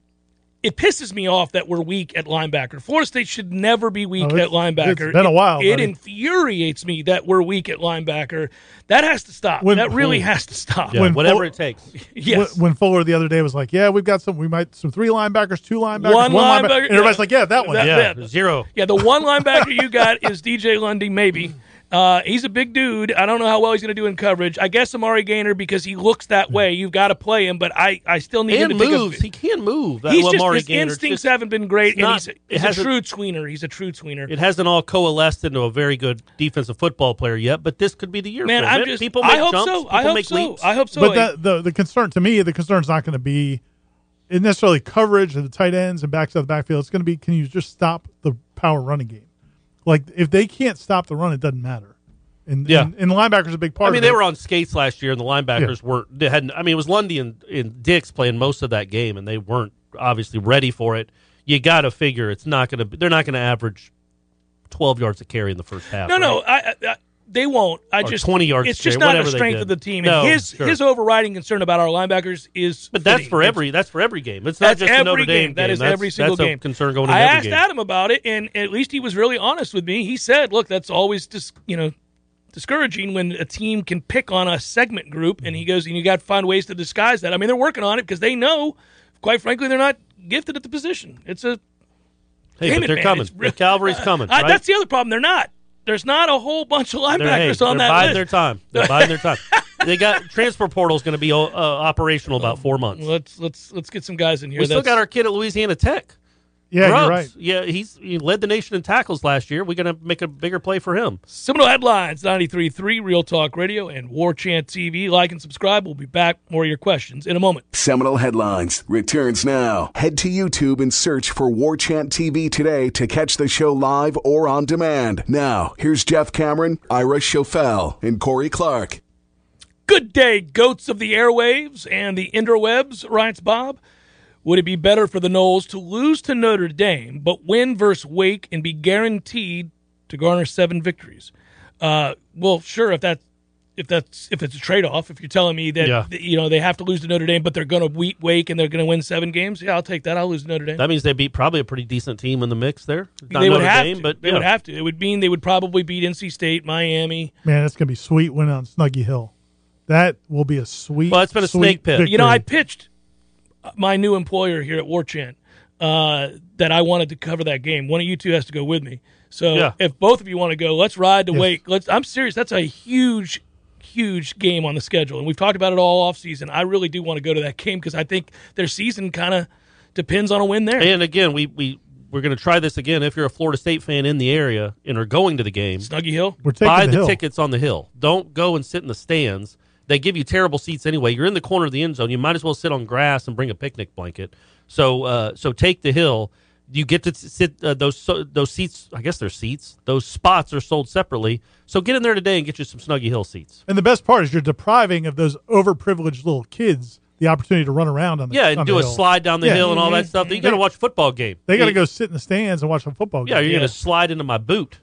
It pisses me off that we're weak at linebacker. Florida State should never be weak Oh, at it's- linebacker. it's been a It- while, It, buddy. infuriates me that we're weak at linebacker. That has to stop. When- that really has to stop. Yeah, When whatever Fo- it takes. Yes. When, when Fuller the other day was like, "Yeah, we've got some. We might some three linebackers, two linebackers, One linebacker, lineba-" And everybody's yeah. like, "Yeah, that one. That- yeah, Yeah, Yeah. zero. Yeah, the one linebacker you got is DJ Lundy, maybe. Uh, he's a big dude. I don't know how well he's going to do in coverage. I guess Amari Gaynor because he looks that way. You've got to play him, but I, I still need And him to take moves. a, He can move. That he's just Lamari his Gaynor. It's instincts just- haven't been great, it's not- and it he's, he's a hasn't- true tweener. He's a true tweener. It hasn't all coalesced into a very good defensive football player yet, but this could be the year. Man, for him. I'm It- just. people make I hope jumps, so. People I hope make so. leaps. I hope so. but that, the the concern to me, the concern's not going to be it necessarily coverage of the tight ends and backs out of the backfield. It's going to be can you just stop the power running game? Like if they can't stop the run, it doesn't matter. And, Yeah. and and the linebackers a big part. I mean, of they it. were on skates last year, and the linebackers weren't. They hadn't. I mean, it was Lundy and, and Dix playing most of that game, and they weren't obviously ready for it. You got to figure it's not going to. They're not going to average twelve yards a carry in the first half. No, right? no, I, I, I, they won't. I Or just 20 yards It's just straight, not a whatever they strength did. of the team. No, and his sure. his overriding concern about our linebackers is. But that's footy. for It's- every. That's for every game. It's not that's just the Notre every Dame game. game. That is That's- every single that's a game. concern going into I every asked game. Adam about it, and at least he was really honest with me. He said, "Look, that's always dis- you know discouraging when a team can pick on a segment group." And he goes, "And you got to find ways to disguise that." I mean, they're working on it because they know, quite frankly, they're not gifted at the position. It's a Hey, Damn but it, they're man, coming. it's real- The Calvary's coming. I- right? that's the other problem. They're not. There's not a whole bunch of linebackers They're, hey, they're on that biding list. their time. They're buying their time. They got transfer portal's going to be uh, operational about four months. Let's let's let's get some guys in here. we still That's- got our kid at Louisiana Tech. yeah, Grubbs. you're right. Yeah, he's he led the nation in tackles last year. We're going to make a bigger play for him. Seminole Headlines 93.3 Real Talk Radio and War Chant TV. Like and subscribe. We'll be back. More of your questions in a moment. Seminole Headlines returns now. Head to YouTube and search for War Chant TV today to catch the show live or on demand. Now, here's Jeff Cameron, Ira Schofel, and Corey Clark. Good day, goats of the airwaves and the interwebs, writes Bob. Would it be better for the Knowles to lose to Notre Dame, but win versus Wake and be guaranteed to garner seven victories? Uh, well, sure, if that if that's if it's a trade off, if you're telling me that Yeah. you know they have to lose to Notre Dame, but they're going to beat Wake and they're going to win seven games, yeah, I'll take that. I'll lose to Notre Dame. That means they beat probably a pretty decent team in the mix there. Not they would Notre have Dame, to. but they yeah. would have to. It would mean they would probably beat NC State, Miami. Man, that's gonna be sweet. Win on Snuggy Hill. That will be a sweet. Well, it's been a sweet snake pit. Victory. You know, I pitched my new employer here at War Chant uh, that I wanted to cover that game. One of you two has to go with me. So Yeah. if both of you want to go, let's ride to Yes. Wake. Let's. I'm serious. That's a huge, huge game on the schedule, and we've talked about it all off season. I really do want to go to that game because I think their season kind of depends on a win there. And again, we we we're going to try this again. If you're a Florida State fan in the area and are going to the game, Snuggy Hill. we're taking buy the, the, hill. tickets on the hill. Don't go and sit in the stands. They give you terrible seats anyway. You're in the corner of the end zone. You might as well sit on grass and bring a picnic blanket. So, uh, so take the hill. You get to s- sit uh, those so, those seats. I guess they're seats. Those spots are sold separately. So get in there today and get you some Snuggy Hill seats. And the best part is you're depriving of those overprivileged little kids the opportunity to run around on the Yeah, on and the do a hill. slide down the Yeah. hill and all that stuff. You got to watch a football game. They got to You- go sit in the stands and watch a football game. Yeah, you're Yeah. going to slide into my boot.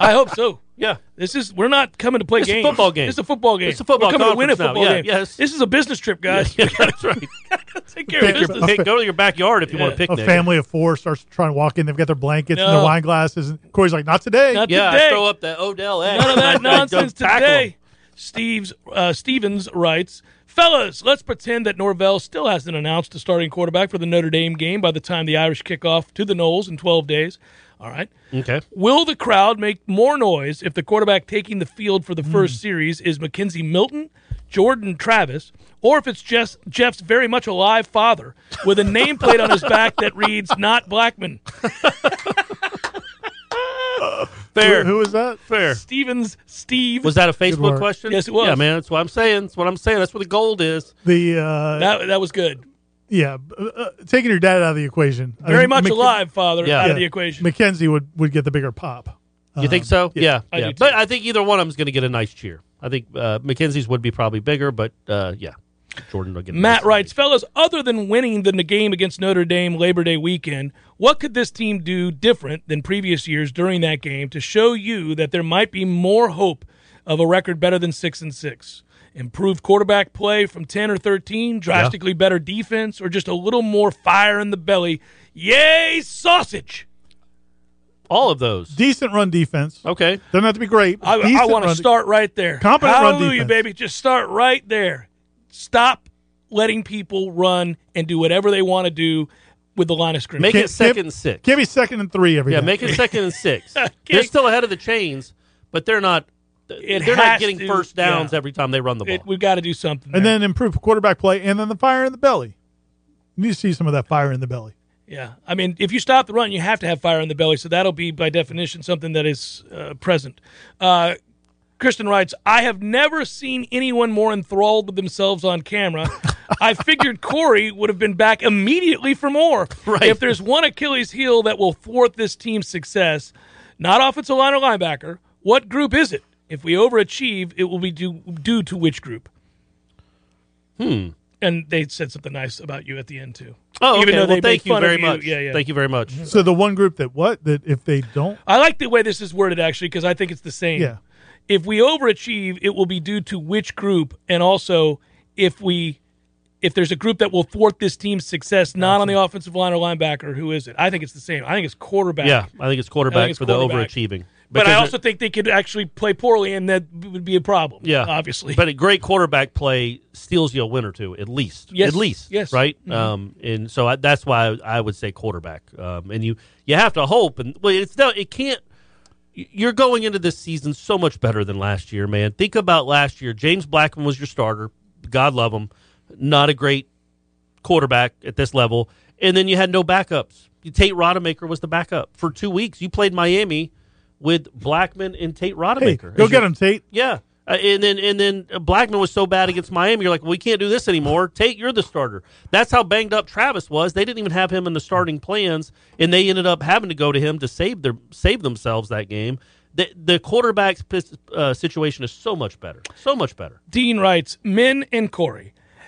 I hope so. Yeah. This is we're not coming to play It's a games. football game. It's a football game. It's a football We're coming to win a conference now. football Yeah, game. yes. This is a business trip, guys. Yeah, that's right. Take care of Pick your- business. Pick- go to your backyard if you want Yeah. to a picnic. family of four starts trying to walk in. They've got their blankets and No. their wine glasses. And Corey's like, "Not today." Not Yeah, today. I throw up the Odell X. None of and I- I that go nonsense tackle 'em. today. Steve's uh, Stevens writes, "Fellas, let's pretend that Norvell still hasn't announced the starting quarterback for the Notre Dame game by the time the Irish kick off to the Knowles in 12 days. All right, Okay. will the crowd make more noise if the quarterback taking the field for the first series is Mackenzie Milton, Jordan Travis, or if it's Jess, Jeff's very much alive father with a nameplate on his back that reads not Blackman?" Fair. Who is that? fair. Stevens, Steve. Was that a Facebook work. question? Yes, it was. Yeah, man. That's what I'm saying. That's what I'm saying. That's where the gold is. The uh, that, that was good. yeah, uh, uh, taking your dad out of the equation. I very mean, much Mc- alive, Father, Yeah. out of Yeah. the equation. Mackenzie would would get the bigger pop. You think so? Uh, Yeah. I yeah. do too. But I think either one of them's going to get a nice cheer. I think uh, McKenzie's would be probably bigger, but uh, yeah, Jordan will get. a Matt nice writes, fellas, other than winning the game against Notre Dame Labor Day weekend, what could this team do different than previous years during that game to show you that there might be more hope of a record better than six and six? Improved quarterback play from ten or thirteen, drastically better defense, or just a little more fire in the belly. Yay, sausage! All of those. Decent run defense. okay. Doesn't have to be great. but I, I decent want to run- start right there. Competent run Hallelujah, defense. baby. Just start right there. Stop letting people run and do whatever they want to do with the line of scrimmage. Make Give- it second give- and six. Give me second and three every yeah, day. make it second and six. They're still ahead of the chains, but they're not. It they're not has getting to- first downs yeah. every time they run the ball. It- we've got to do something. and there. then improve quarterback play, and then the fire in the belly. You need to see some of that fire in the belly. yeah, I mean, if you stop the run, you have to have fire in the belly. So that'll be by definition something that is uh, present. Uh, Kristen writes, I have never seen anyone more enthralled with themselves on camera. I figured Corey would have been back immediately for more. Right. If there's one Achilles heel that will thwart this team's success, not offensive line or linebacker, what group is it? If we overachieve, it will be due, due to which group? Hmm. And they said something nice about you at the end too. Oh, Even okay. though they well, thank make you fun of very you. much. Yeah, yeah. Thank you very much. So the one group that what that if they don't, I like the way this is worded actually because I think it's the same. yeah, If we overachieve, it will be due to which group, and also if we if there's a group that will thwart this team's success, not on the offensive line or linebacker, who is it? I think it's the same. I think it's quarterback. Yeah, I think it's quarterback it's for quarterback. the overachieving. But I Because also think they could actually play poorly, and that would be a problem. Yeah. obviously. But a great quarterback play steals you a win or two, at least. Yes, At least. yes. Mm-hmm. Right. Um, and so I, that's why I would say quarterback. Um, and you you have to hope. And well, it's no, it can't. y- You're going into this season so much better than last year, man. Think about last year. James Blackman was your starter. God love him. Not a great quarterback at this level, and then you had no backups. Tate Rodemaker was the backup for two weeks. You played Miami with Blackman and Tate hey, Rodemaker. go as your- get him, Tate. yeah. Uh, and then and then uh, Blackman was so bad against Miami, you're like, well, we can't do this anymore. Tate, you're the starter. That's how banged up Travis was. They didn't even have him in the starting plans, and they ended up having to go to him to save their save themselves that game. The, the quarterback's pis- uh, situation is so much better, so much better. Dean writes, "Men and Corey."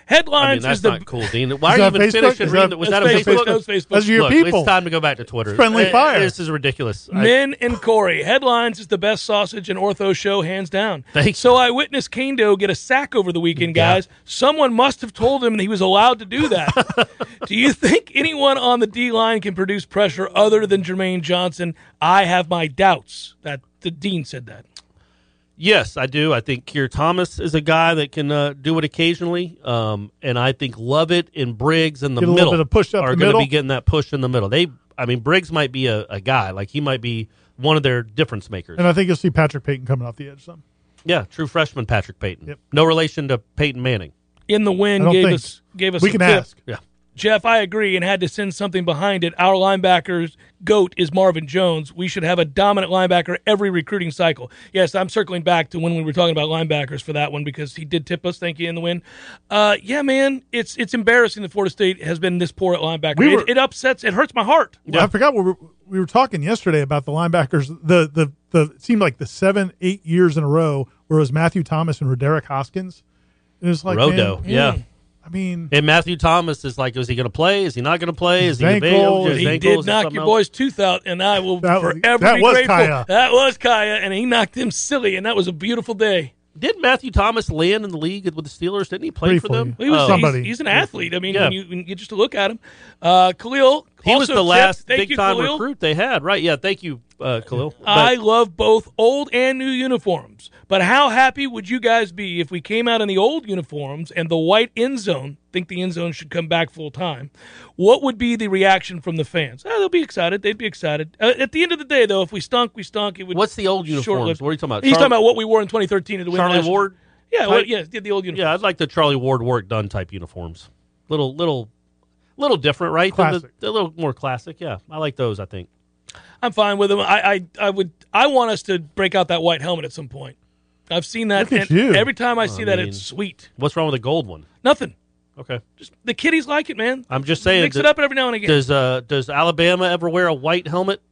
I mean, Headlines that's is the not cool, Dean. Why Is are you that even Facebook? finishing Is reading that? that- Was that That's Facebook. a Facebook? That's Facebook. Those are your Look, people. It's time to go back to Twitter. friendly Uh, fire. This is ridiculous. I- Men and Corey. Headlines is the best sausage and ortho show, hands down. Thanks. So I witnessed Kendo get a sack over the weekend, Yeah. guys. Someone must have told him that he was allowed to do that. do you think anyone on the D line can produce pressure other than Jermaine Johnson? I have my doubts. That the dean said that. Yes, I do. I think Keir Thomas is a guy that can uh, do it occasionally, um, and I think Lovett and Briggs in the Get a little middle bit of push up are going the to middle. be getting that push in the middle. They, I mean, Briggs might be a, a guy like he might be one of their difference makers. And I think you'll see Patrick Payton coming off the edge some. yeah, true freshman Patrick Payton. Yep. No relation to Peyton Manning. In the I win don't gave think us gave us we a can tip. ask. Yeah, Jeff, I agree, and had to send something behind it. Our linebacker's goat is Marvin Jones. We should have a dominant linebacker every recruiting cycle. Yes, I'm circling back to when we were talking about linebackers for that one because he did tip us. Thank you in the win. Uh, yeah, man, it's it's embarrassing that Florida State has been this poor at linebacker. We It- were- it, upsets. It hurts my heart. Yeah. I forgot what we, we were talking yesterday about the linebackers. The the the it seemed like the seven eight years in a row where it was Matthew Thomas and Roderick Hoskins. And it's like man, Rodo. Yeah, I mean, and Matthew Thomas is like, is he going to play? Is he not going to play? Is His he available? ankle, His he He ankle, is did there knock something your else? boy's tooth out, and I will That was- forever that be was grateful. Kaya. That was Kaya, and he knocked him silly, and that was a beautiful day. Did Matthew Thomas land in the league with the Steelers? Didn't he play for Briefly. them? Well, He was, Oh. Somebody. He's, he's an athlete. I mean, Yeah. when you, when you just look at him, uh, Khalil. He was also the tipped. last Thank big you, time Khalil. recruit they had, right? Yeah, thank you, uh, Khalil. But I love both old and new uniforms, but how happy would you guys be if we came out in the old uniforms and the white end zone? Think the end zone should come back full time. What would be the reaction from the fans? Oh, they'll be excited. They'd be excited. Uh, at the end of the day, though, if we stunk, we stunk. It would. what's the old uniforms? short-lived. What are you talking about? He's Char- talking about what we wore in 2013 at the Charlie National- Ward. Yeah, type? well, yeah, the the old uniform. Yeah, I'd like the Charlie Ward work done type uniforms. Little, little, little different, right? Than the- Classic. a little more classic. Yeah, I like those. I think. I'm fine with them. I, I I would I want us to break out that white helmet at some point. I've seen that. Look at and you. Every time I see that, Oh, mean- it's sweet. What's wrong with the gold one? Nothing. Okay, Just the kiddies like it, man. I'm just saying. Mix it that- up every now and again. Does uh does Alabama ever wear a white helmet?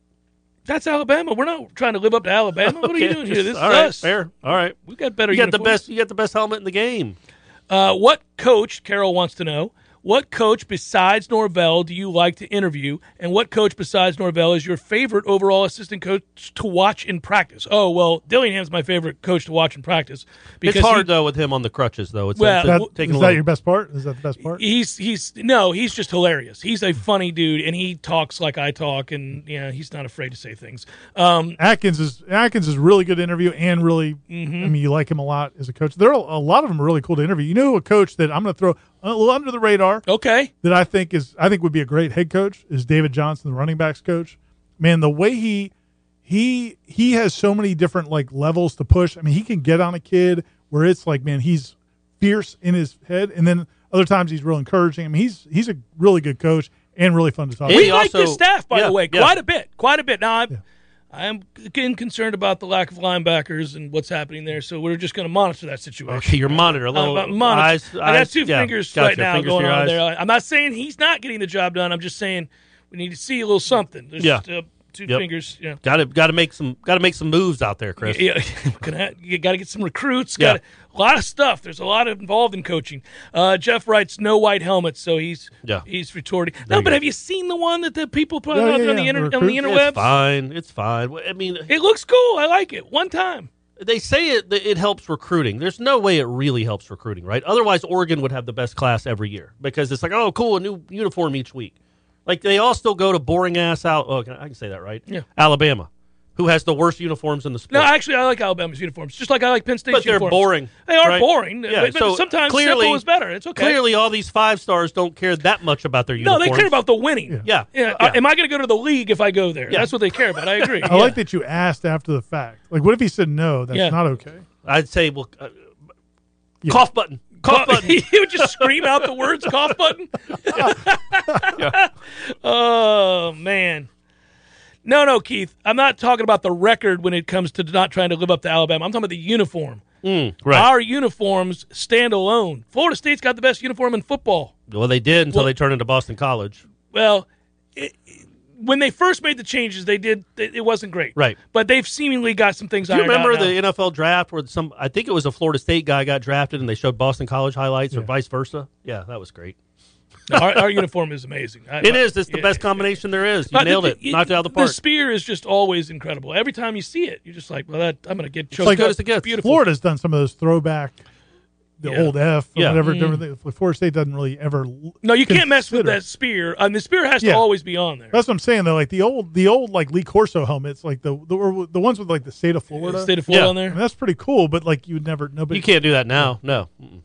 That's Alabama. We're not trying to live up to Alabama. What are you Okay, doing here? just- This is all right, us. fair. All right, We got better. you got the uniforms. best. You got the best helmet in the game. Uh, what coach Carol wants to know? What coach besides Norvell do you like to interview, and what coach besides Norvell is your favorite overall assistant coach to watch in practice? Oh well, Dillingham's my favorite coach to watch in practice because it's he- hard though with him on the crutches though. It's, uh, Well, it's, that, it's is taking a that little- your best part? Is that the best part? He's he's no, he's just hilarious. He's a funny dude, and he talks like I talk, and yeah, he's not afraid to say things. Um, Atkins is Atkins is really good to interview and really. Mm-hmm. I mean, you like him a lot as a coach. There are a lot of them are really cool to interview. You know, a coach that I'm going to throw a little under the radar okay, that I think is I think would be a great head coach is David Johnson, the running backs coach. Man, the way he he he has so many different like levels to push. I mean, he can get on a kid where it's like, man, he's fierce in his head, and then other times he's real encouraging. I mean, he's he's a really good coach and really fun to talk. He we to. like also- this staff, by yeah, the way, yeah. quite a bit, quite a bit. Now I'm I'm getting concerned about the lack of linebackers and what's happening there, so we're just going to monitor that situation. Okay, your monitor. A I'm little about Uh, monitor- eyes- I got eyes- two yeah, fingers gotcha, right now fingers to going your on eyes. there. I'm not saying he's not getting the job done. I'm just saying we need to see a little something. There's Yeah. just, uh, two Yep. fingers. Yeah. Got to got to make some got to make some moves out there, Chris. Yeah, gonna- you got to get some recruits. Yeah. Got a lot of stuff. There's a lot involved in coaching. Uh, Jeff writes no white helmets, so he's Yeah. he's retorting. There No, you but go. have you seen the one that the people put Yeah, out yeah, on, the yeah, inter- the on the recruit. It's interwebs? fine. It's fine. Well, I mean, It looks cool. I like it. One time. they say it that it helps recruiting. There's no way it really helps recruiting, right? Otherwise, Oregon would have the best class every year because it's like, oh, cool, a new uniform each week. Like they all still go to boring ass out. Oh, can I, I can say that, right? Yeah. Alabama, who has the worst uniforms in the No, sport. actually, I like Alabama's uniforms, just like I like Penn State's but they're uniforms. boring. They are right? boring. Yeah, but, but so sometimes clearly- simple is better. It's okay. Clearly, all these five stars don't care that much about their no, uniforms. they care about the winning. Yeah. Yeah. Yeah. Uh, am I going to go to the league if I go there? Yeah. That's what they care about. I agree. I like that you asked after the fact. Like, what if he said no? That's Yeah. not okay. I'd say, well, uh, cough button, cough Cough button. he would just scream out the words cough button. oh man. No, no, Keith. I'm not talking about the record when it comes to not trying to live up to Alabama. I'm talking about the uniform. Mm, right. Our uniforms stand alone. Florida State's got the best uniform in football. well, they did until Well- they turned into Boston College. Well, it, when they first made the changes, they did. It, it wasn't great, Right. But they've seemingly got some things. Do you ironed out remember now. the NFL draft where some? I think it was a Florida State guy got drafted, and they showed Boston College highlights, or vice versa. Yeah, that was great. No, our, our uniform is amazing. I- It is. It's the yeah. best combination there is. You But nailed it. the- Knocked it out of the park. The spear is just always incredible. Every time you see it, you're just like, well, that, I'm going to get choked like good uh, up. as it gets. Beautiful. Florida's done some of those throwback, the Yeah. Mm-hmm. old F, or Yeah. whatever different things. Like, Florida State doesn't really ever. l- No, you can't mess with consider- that spear. Um, the spear has Yeah. to always be on there. That's what I'm saying though. Like the old, the old like Lee Corso helmets, like the the, or the ones with like the state of Florida. State of Florida Yeah. on I mean, there. that's pretty cool, but like you would never nobody. you can't do that now. No. Mm-mm.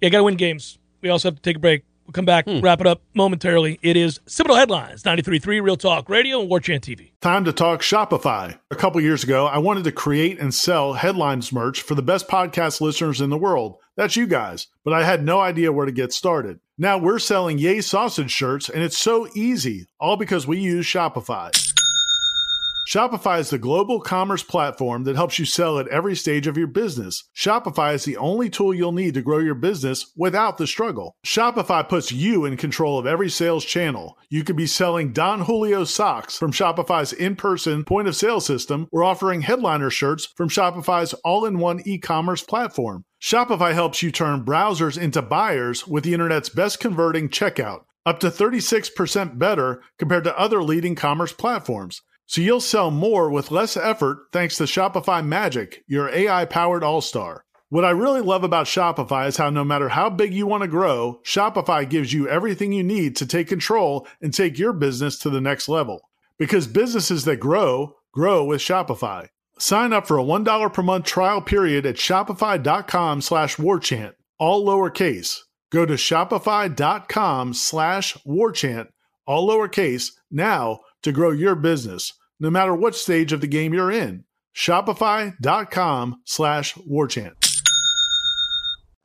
Yeah, got to win games. We also have to take a break. We'll come Hmm. back, wrap it up momentarily. It is Seminole Headlines, 93.3 Real Talk Radio and War Chant TV. Time to talk Shopify. A couple years ago, I wanted to create and sell headlines merch for the best podcast listeners in the world. That's you guys. But I had no idea where to get started. Now we're selling Yay Sausage shirts, and it's so easy, all because we use Shopify. Shopify is the global commerce platform that helps you sell at every stage of your business. Shopify is the only tool you'll need to grow your business without the struggle. Shopify puts you in control of every sales channel. You could be selling Don Julio socks from Shopify's in person point of sale system or offering headliner shirts from Shopify's all in one e commerce platform. Shopify helps you turn browsers into buyers with the internet's best converting checkout, up to 36% better compared to other leading commerce platforms. So you'll sell more with less effort thanks to Shopify Magic, your AI powered all star. What I really love about Shopify is how no matter how big you want to grow, Shopify gives you everything you need to take control and take your business to the next level. Because businesses that grow, grow with Shopify. Sign up for a $1 per month trial period at shopify.com slash warchant, all lowercase. Go to shopify.com slash warchant, all lowercase, now to grow your business, no matter what stage of the game you're in. Shopify.com slash warchant.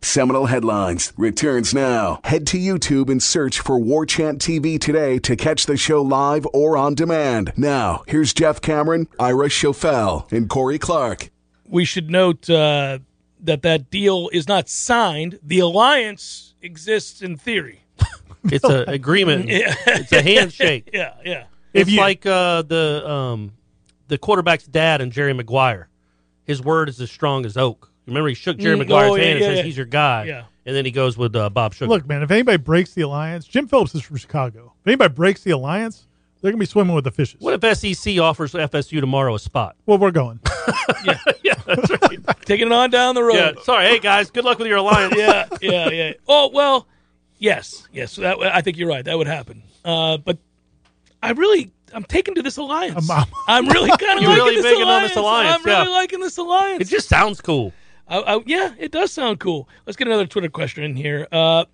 Seminole Headlines returns now. Head to YouTube and search for War Chant TV today to catch the show live or on demand. Now, here's Jeff Cameron, Ira Schofel, and Corey Clark. We should note uh, that that deal is not signed. The alliance exists in theory. It's an agreement. It's a handshake. Oh Yeah, yeah. It's like uh, the um, the quarterback's dad and Jerry Maguire. His word is as strong as oak. Remember, he shook Jerry Mm, Maguire's oh, yeah, hand and yeah, says, yeah. "He's your guy." Yeah. And then he goes with uh, Bob Sugar. Look, man, if anybody breaks the alliance, Jim Phillips is from Chicago. If anybody breaks the alliance, they're gonna be swimming with the fishes. what if SEC offers FSU tomorrow a spot? well, we're going. Taking it on down the road. Yeah. Uh, Sorry. Hey guys, good luck with your alliance. yeah, yeah, yeah. Oh well, yes, yes. That I think you're right. That would happen. Uh, but I really, I'm taken to this alliance. I'm- I'm, really kind of You're liking really this big in on alliance. this alliance, I'm really yeah. liking this alliance. It just sounds cool. I, I, yeah, it does sound cool. Let's get another Twitter question in here. Uh,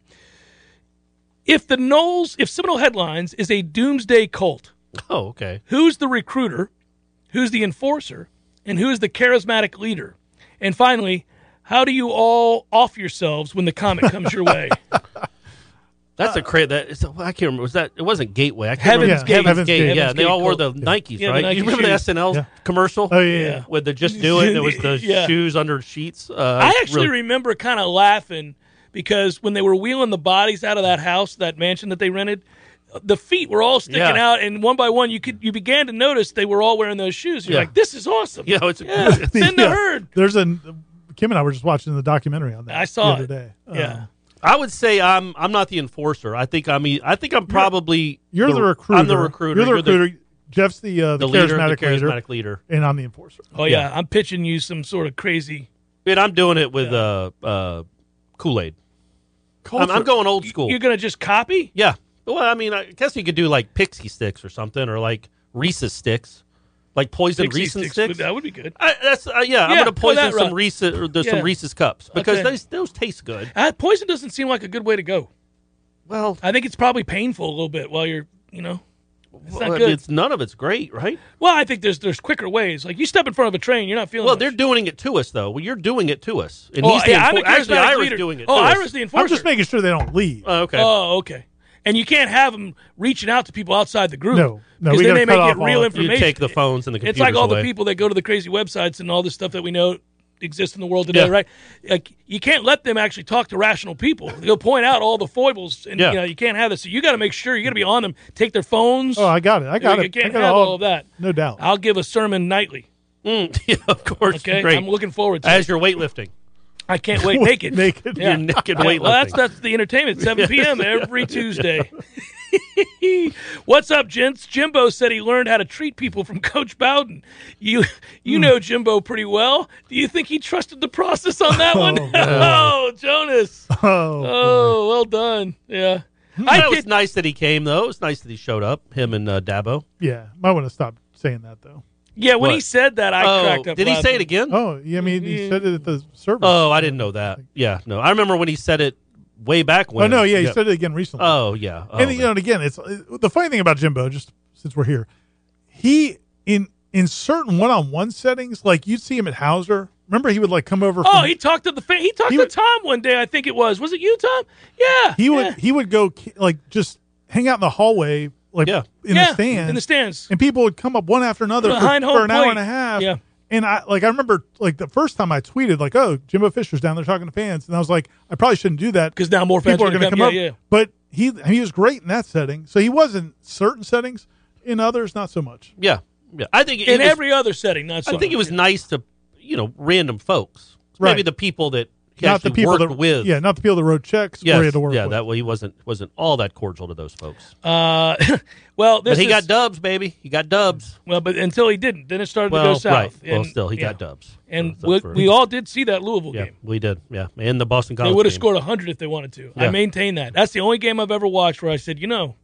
if the Knowles, if Seminole Headlines is a doomsday cult, Oh, okay. who's the recruiter, who's the enforcer, and who's the charismatic leader? And finally, how do you all off yourselves when the comet comes your way? That's a cra That it's, I can't remember. Was that? It wasn't Gateway. I can't Uh, Heaven's remember. Gate. Heaven's Heaven's Gate. Yeah, Gate. Heaven's they Gate all wore the cult. Nikes, Yeah, the right? Nike you remember shoes. the SNL Yeah. commercial? Oh yeah, yeah, yeah. With the just do it. and It was the Yeah. shoes under sheets. Uh, I actually really- remember kind of laughing because when they were wheeling the bodies out of that house, that mansion that they rented, the feet were all sticking Yeah. out, and one by one, you could you began to notice they were all wearing those shoes. You're Yeah. like, this is awesome. You know, it's Yeah, it's in the Yeah. herd. There's a Kim and I were just watching the documentary on that. I saw the it. other day. Yeah. Um, I would say I'm I'm not the enforcer. I think I'm e- I think I'm probably you're the, recruiter. I'm the recruiter. You're the recruiter. Jeff's the uh, the the, leader, the charismatic leader, charismatic leader. and I'm the enforcer. Oh yeah. I'm pitching you some sort of crazy. And I'm doing it with uh uh Kool Aid. I'm, I'm going old school. You're gonna just copy? yeah. Well, I mean, I guess you could do like Pixie sticks or something, or like Reese's sticks, like poison Pixie Reese's sticks, sticks. That would be good. I, that's uh, yeah, I'm Yeah, gonna go poison that some route. Reese's or there's Yeah. some Reese's cups because Okay. those those taste good. Uh, poison doesn't seem like a good way to go. Well, I think it's probably painful a little bit while you're, you know, it's not well, good. it's none of it's great, right? Well, I think there's there's quicker ways. Like you step in front of a train, you're not feeling. Well, much. they're doing it to us though. Well, you're doing it to us. And Oh, he's the yeah, I'm a enfor- actually charismatic Ira's leader. doing it. Oh, to us. Ira's the enforcer. I'm just making sure they don't leave. Oh, okay. Oh, okay. And you can't have them reaching out to people outside the group. No, no, because we then they gotta cut may get off all real of you information. take the phones and the computers It's like all away. the people that go to the crazy websites and all this stuff that we know exists in the world today, Yeah. right? Like you can't let them actually talk to rational people. They'll point out all the foibles, and Yeah. you know you can't have this. So you got to make sure you got to be on them. Take their phones. Oh, I got it. I got you it. I can't got have all, all of that. No doubt. I'll give a sermon nightly. Mm, yeah, of course. Okay, Great. I'm looking forward to. it. As you're weightlifting, I can't wait naked. Naked. Yeah. you're naked Yeah, weightlifting. well, that's that's the entertainment. 7 p.m. every Tuesday. What's up, gents? Jimbo said he learned how to treat people from Coach Bowden. You you Hmm. know Jimbo pretty well. Do you think he trusted the process on that one? Oh, oh, Jonas. Oh, Oh, well done. Yeah. I I thought it was did. nice that he came though. It was nice that he showed up. Him and uh, Dabo. yeah. Might want to stop saying that though. Yeah, when he What? said that, I oh, cracked up. did he say laughing. it again? Oh, yeah. I mean, he said it at the service. Oh, I didn't know that. Yeah, no, I remember when he said it way back when. oh no, yeah. He said it again recently. Oh yeah. Oh, and uh, you know, and again, it's the funny thing about Jimbo. Just since we're here, he in in certain one-on-one settings, like you'd see him at Hauser. Remember, he would like come over. Oh, from- he talked to the fan. He talked He to would- Tom one day. I think it was. Was it you, Tom? Yeah. he would yeah. he would go ki- like just hang out in the hallway, like Yeah. in Yeah, the stand, in the stands. and people would come up one after another for, Behind home for an hour plate. and a half. Yeah. And I like I remember like the first time I tweeted like, "Oh, Jimbo Fisher's down there talking to fans," and I was like, "I probably shouldn't do that 'Cause now more fans people are are gonna going to come, come- up." yeah, yeah. But he he was great in that setting, so he was in certain settings. In others, not so much. yeah, yeah. I think it in was, every other setting, not so I think it much. was nice to you know random folks, maybe Right. the people that he not actually the people worked that with. yeah, not the people that wrote checks. Yes. were able to work yeah. with. That way he wasn't wasn't all that cordial to those folks. Uh, well, this but he is, got dubs, baby. He got dubs. Well, but until he didn't, then it started to go Well, south. right. well, And- still he yeah. got dubs. And So we, for- we all did see that Louisville Yeah, game. we did. Yeah, and the Boston They College. would have game. scored 100 if they wanted to. I Yeah. maintain that. That's the only game I've ever watched where I said, you know,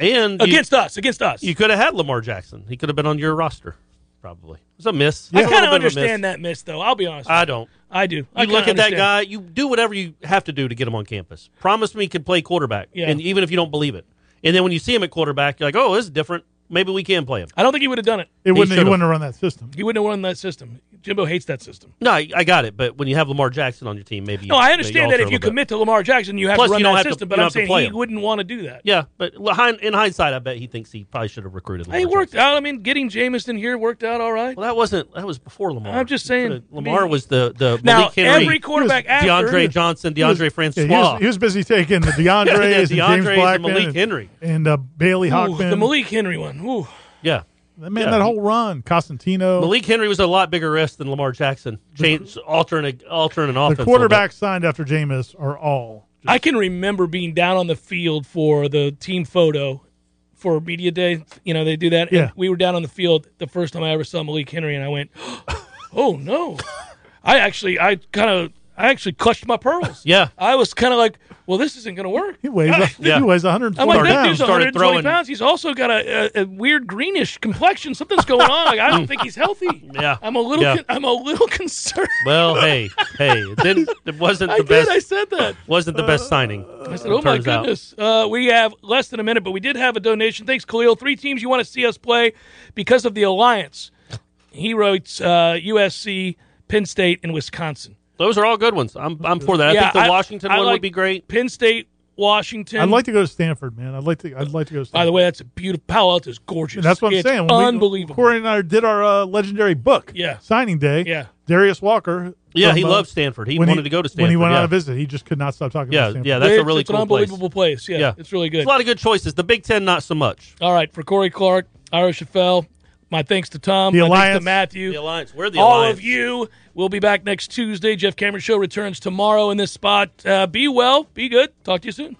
And you- against us, against us. You could have had Lamar Jackson. He could have been on your roster, probably. It's a miss. I It's a kind little of bit a miss. understand that miss, though. I'll be honest. I with don't. you. I do. You I You kinda look at that understand. guy. You do whatever you have to do to get him on campus. Promise me he can play quarterback, Yeah. and even if you don't believe it, and then when you see him at quarterback, you're like, "Oh, this is different. Maybe we can play him." I don't think he would have done it. it wouldn't he should've. wouldn't have run that system. He wouldn't have won that system. Jimbo hates that system. No, I, I got it. But when you have Lamar Jackson on your team, maybe No, I maybe understand alter that a if you little bit. commit to Lamar Jackson, you have Plus, to run you don't that have to- system. you but don't I'm have to saying play he him. wouldn't want to do that. yeah. But hind- in hindsight, I bet he thinks he probably should have recruited. Lamar Hey, it worked Jackson. out. I mean, getting Jamison here worked out all right. Well, that wasn't. That was before Lamar. I'm just You saying, could've- I Lamar mean- was the the Now, Malik Henry, every quarterback after DeAndre Johnson, He was- DeAndre Francois. yeah, he, was, he was busy taking the DeAndres, Yeah, DeAndres and James and Blackman, Malik and- Henry. and uh, Bailey Ooh, Hawkman. the Malik Henry one. Ooh. Yeah. That man, Yeah. that whole run, Oh. Costantino, Malik Henry was a lot bigger risk than Lamar Jackson. Change alternate alternate the offense. a little bit. quarterbacks signed after Jameis are all. I can remember being down on the field for the team photo for media day. You know, they do that. Yeah. And we were down on the field the first time I ever saw Malik Henry, and I went, "Oh no!" I actually, I kind of, I actually clutched my pearls. Yeah. I was kind of like, "Well, this isn't going to work." He weighs Yeah. he weighs I'm 140 like, that pounds. dude's 120 Started throwing- pounds. He's also got a, a, a weird greenish complexion. Something's going on. Like, I don't think he's healthy. Yeah. I'm a little, Yeah. con- I'm a little concerned. Well, hey, hey, it didn't it wasn't the I did. best I said that. wasn't the best signing. I said, "Oh my turns out. goodness!" Uh, we have less than a minute, but we did have a donation. Thanks, Khalil. Three teams you want to see us play because of the alliance. He wrote uh, USC, Penn State, and Wisconsin. Those are all good ones. I'm I'm for that. I Yeah, think the I- Washington I one like would be great. Penn State, Washington. I'd like to go to Stanford, man. I'd like to. I'd like to go. To Stanford. By the way, that's a beautiful. Palo Alto is gorgeous. that's what I'm It's saying. When we- Unbelievable. Corey and I did our uh, legendary book, Yeah. signing day. Yeah. Darius Walker. Yeah, from, he uh, loves Stanford. He when wanted to go to Stanford. When he went yeah. on a visit, he just could not stop talking Yeah, about Stanford. yeah, that's It's- a really it's cool an unbelievable place. place. Yeah, Yeah. it's really There's good. a lot of good choices. The Big Ten, not so much. All right, for Corey Clark, Ira Chaffel, my thanks to Tom, The my thanks Alliance. to Matthew, The Alliance. We're the all Alliance. of you. We'll be back next Tuesday. Jeff Cameron Show returns tomorrow in this spot. Uh, be well, be good. Talk to you soon.